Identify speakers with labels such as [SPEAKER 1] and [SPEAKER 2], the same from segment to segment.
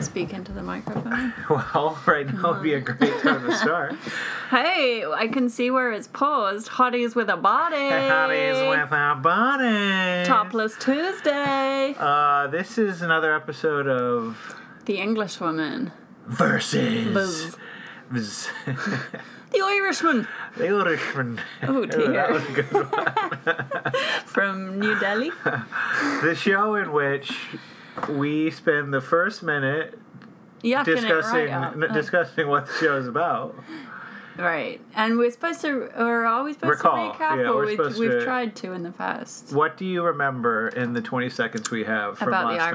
[SPEAKER 1] speak into the microphone?
[SPEAKER 2] Well, right now would be a great time to start.
[SPEAKER 1] Hey, I can see where it's paused. Hotties with a body.
[SPEAKER 2] Hotties with our body.
[SPEAKER 1] Topless Tuesday.
[SPEAKER 2] Uh, this is another episode of
[SPEAKER 1] The English woman.
[SPEAKER 2] Versus.
[SPEAKER 1] Buzz.
[SPEAKER 2] Buzz.
[SPEAKER 1] The Irishman
[SPEAKER 2] the Irishman.
[SPEAKER 1] Oh,
[SPEAKER 2] That
[SPEAKER 1] dear.
[SPEAKER 2] was a good one.
[SPEAKER 1] from New Delhi.
[SPEAKER 2] The show in which we spend the first minute
[SPEAKER 1] Yucking
[SPEAKER 2] discussing
[SPEAKER 1] it right up.
[SPEAKER 2] n- discussing what the show is about.
[SPEAKER 1] Right. And we're supposed to, or are we supposed
[SPEAKER 2] Recall.
[SPEAKER 1] to recap?
[SPEAKER 2] Yeah,
[SPEAKER 1] or
[SPEAKER 2] we're
[SPEAKER 1] we,
[SPEAKER 2] supposed
[SPEAKER 1] we've
[SPEAKER 2] to-
[SPEAKER 1] tried to in the past.
[SPEAKER 2] What do you remember in the 20 seconds we have from
[SPEAKER 1] About
[SPEAKER 2] last
[SPEAKER 1] the
[SPEAKER 2] time?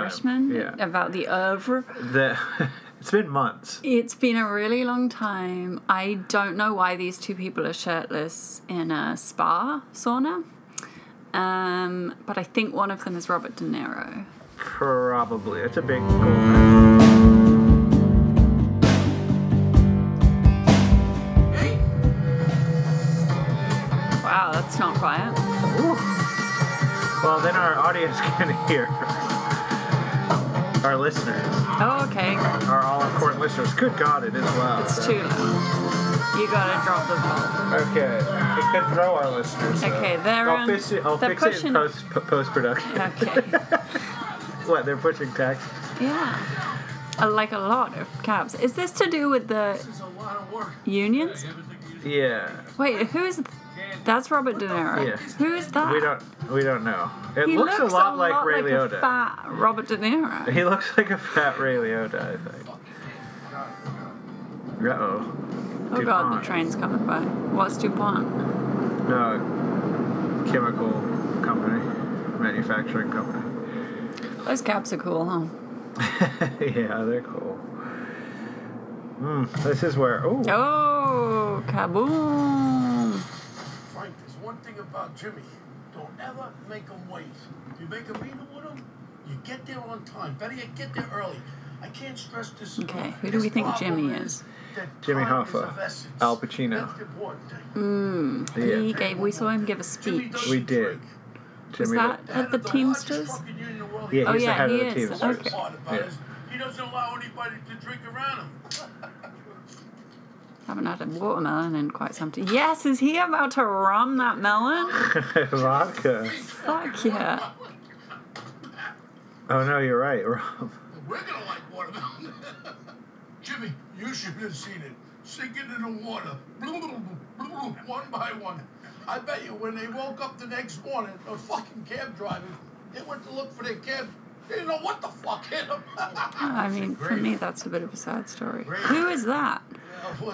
[SPEAKER 1] Irishman,
[SPEAKER 2] Yeah.
[SPEAKER 1] about the oeuvre.
[SPEAKER 2] The, it's been months.
[SPEAKER 1] It's been a really long time. I don't know why these two people are shirtless in a spa sauna. Um, but I think one of them is Robert De Niro.
[SPEAKER 2] Probably. It's a big.
[SPEAKER 1] Wow, that's not quiet.
[SPEAKER 2] Well, then our audience can hear. Our listeners,
[SPEAKER 1] Oh, okay.
[SPEAKER 2] our all important listeners. Good God, it is loud.
[SPEAKER 1] It's too loud. You gotta drop the volume.
[SPEAKER 2] Okay, it could throw our listeners. though.
[SPEAKER 1] Okay, they're,
[SPEAKER 2] I'll
[SPEAKER 1] um,
[SPEAKER 2] fix it. I'll
[SPEAKER 1] they're
[SPEAKER 2] fix it
[SPEAKER 1] pushing-
[SPEAKER 2] in post post production.
[SPEAKER 1] Okay.
[SPEAKER 2] what they're pushing taxes.
[SPEAKER 1] Yeah. Uh, Like a lot of cabs. Is this to do with the
[SPEAKER 3] It's a lot of work.
[SPEAKER 1] unions?
[SPEAKER 2] Yeah,
[SPEAKER 1] Wait, who is. That's Robert De Niro.
[SPEAKER 2] Yeah.
[SPEAKER 1] Who is that?
[SPEAKER 2] we don't we don't know. It
[SPEAKER 1] He
[SPEAKER 2] looks, a lot like Ray
[SPEAKER 1] a
[SPEAKER 2] Liotta.
[SPEAKER 1] fat Robert De Niro.
[SPEAKER 2] He looks like a fat Ray Liotta, I think. Uh oh.
[SPEAKER 1] Oh god, the train's coming by. What's DuPont?
[SPEAKER 2] No, chemical company, manufacturing company.
[SPEAKER 1] Those caps are cool, huh?
[SPEAKER 2] yeah, they're cool. Mm, this is where. Oh,
[SPEAKER 1] Oh, kaboom!
[SPEAKER 3] Frank, there's one thing about Jimmy. Don't ever make him wait. If you make a meeting with him, you get there on time. Better yet, get there early. I can't stress this enough.
[SPEAKER 1] Okay, who do we
[SPEAKER 3] His
[SPEAKER 1] think
[SPEAKER 3] problem
[SPEAKER 1] Jimmy is?
[SPEAKER 3] that
[SPEAKER 2] Jimmy
[SPEAKER 3] time is
[SPEAKER 2] Hoffa,
[SPEAKER 3] of essence.
[SPEAKER 2] Al Pacino.
[SPEAKER 3] That's the important thing.
[SPEAKER 1] Mm, Oh, He
[SPEAKER 2] yeah.
[SPEAKER 1] gave, we saw him give a
[SPEAKER 3] Jimmy
[SPEAKER 1] speech.
[SPEAKER 3] doesn't
[SPEAKER 2] We did.
[SPEAKER 3] drink.
[SPEAKER 1] Was
[SPEAKER 2] Jimmy,
[SPEAKER 1] that
[SPEAKER 2] Lo-
[SPEAKER 3] head
[SPEAKER 1] at the
[SPEAKER 3] of
[SPEAKER 1] Teamsters?
[SPEAKER 3] largest trucking union in the world.
[SPEAKER 2] yeah,
[SPEAKER 1] Oh,
[SPEAKER 2] he's the
[SPEAKER 1] yeah,
[SPEAKER 2] head
[SPEAKER 1] he
[SPEAKER 2] of the
[SPEAKER 1] is.
[SPEAKER 2] team.
[SPEAKER 3] That's the
[SPEAKER 1] Okay.
[SPEAKER 3] part about
[SPEAKER 2] Yeah.
[SPEAKER 3] it. He doesn't allow anybody to drink around him.
[SPEAKER 1] Haven't had a watermelon in quite some time. Yes, is he about to rum that melon?
[SPEAKER 2] Vodka.
[SPEAKER 1] Fuck yeah.
[SPEAKER 2] Oh no, you're right, Rob.
[SPEAKER 3] We're gonna like watermelon. Jimmy, you should have seen it. Sink into the water. Bloop, bloop, bloop, bloop, one by one. I bet you when they woke up the next morning, the fucking cab drivers, they went to look for their cab. They didn't know what the fuck hit them.
[SPEAKER 1] I mean, for me, that's a bit of a sad story. Who is that?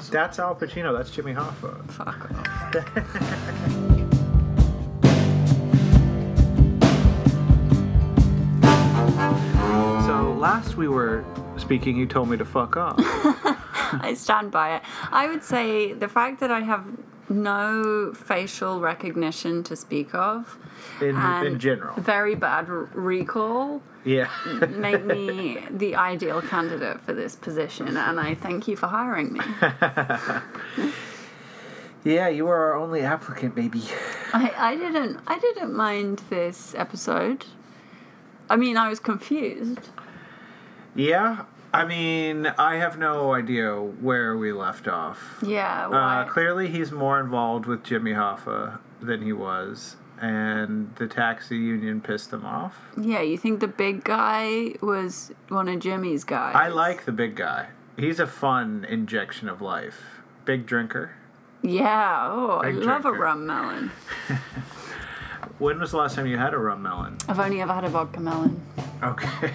[SPEAKER 2] That's Al Pacino. That's Jimmy Hoffa.
[SPEAKER 1] Fuck off.
[SPEAKER 2] So last we were speaking, you told me to fuck off.
[SPEAKER 1] I stand by it. I would say the fact that I have no facial recognition to speak of.
[SPEAKER 2] In, in
[SPEAKER 1] and
[SPEAKER 2] general,
[SPEAKER 1] Very bad r- recall
[SPEAKER 2] yeah.
[SPEAKER 1] made me the ideal candidate for this position, and I thank you for hiring me.
[SPEAKER 2] yeah, you were our only applicant, baby.
[SPEAKER 1] I, I didn't I didn't mind this episode. I mean, I was confused.
[SPEAKER 2] Yeah, I mean, I have no idea where we left off.
[SPEAKER 1] Yeah, why?
[SPEAKER 2] Uh, clearly, he's more involved with Jimmy Hoffa than he was, and the taxi union pissed him off.
[SPEAKER 1] yeah, you think the big guy was one of Jimmy's guys?
[SPEAKER 2] I like the big guy. He's a fun injection of life. Big drinker.
[SPEAKER 1] Yeah. Oh, I
[SPEAKER 2] Big
[SPEAKER 1] love a
[SPEAKER 2] drinker.
[SPEAKER 1] rum melon.
[SPEAKER 2] When was the last time you had a rum melon?
[SPEAKER 1] I've only ever had a vodka melon.
[SPEAKER 2] Okay.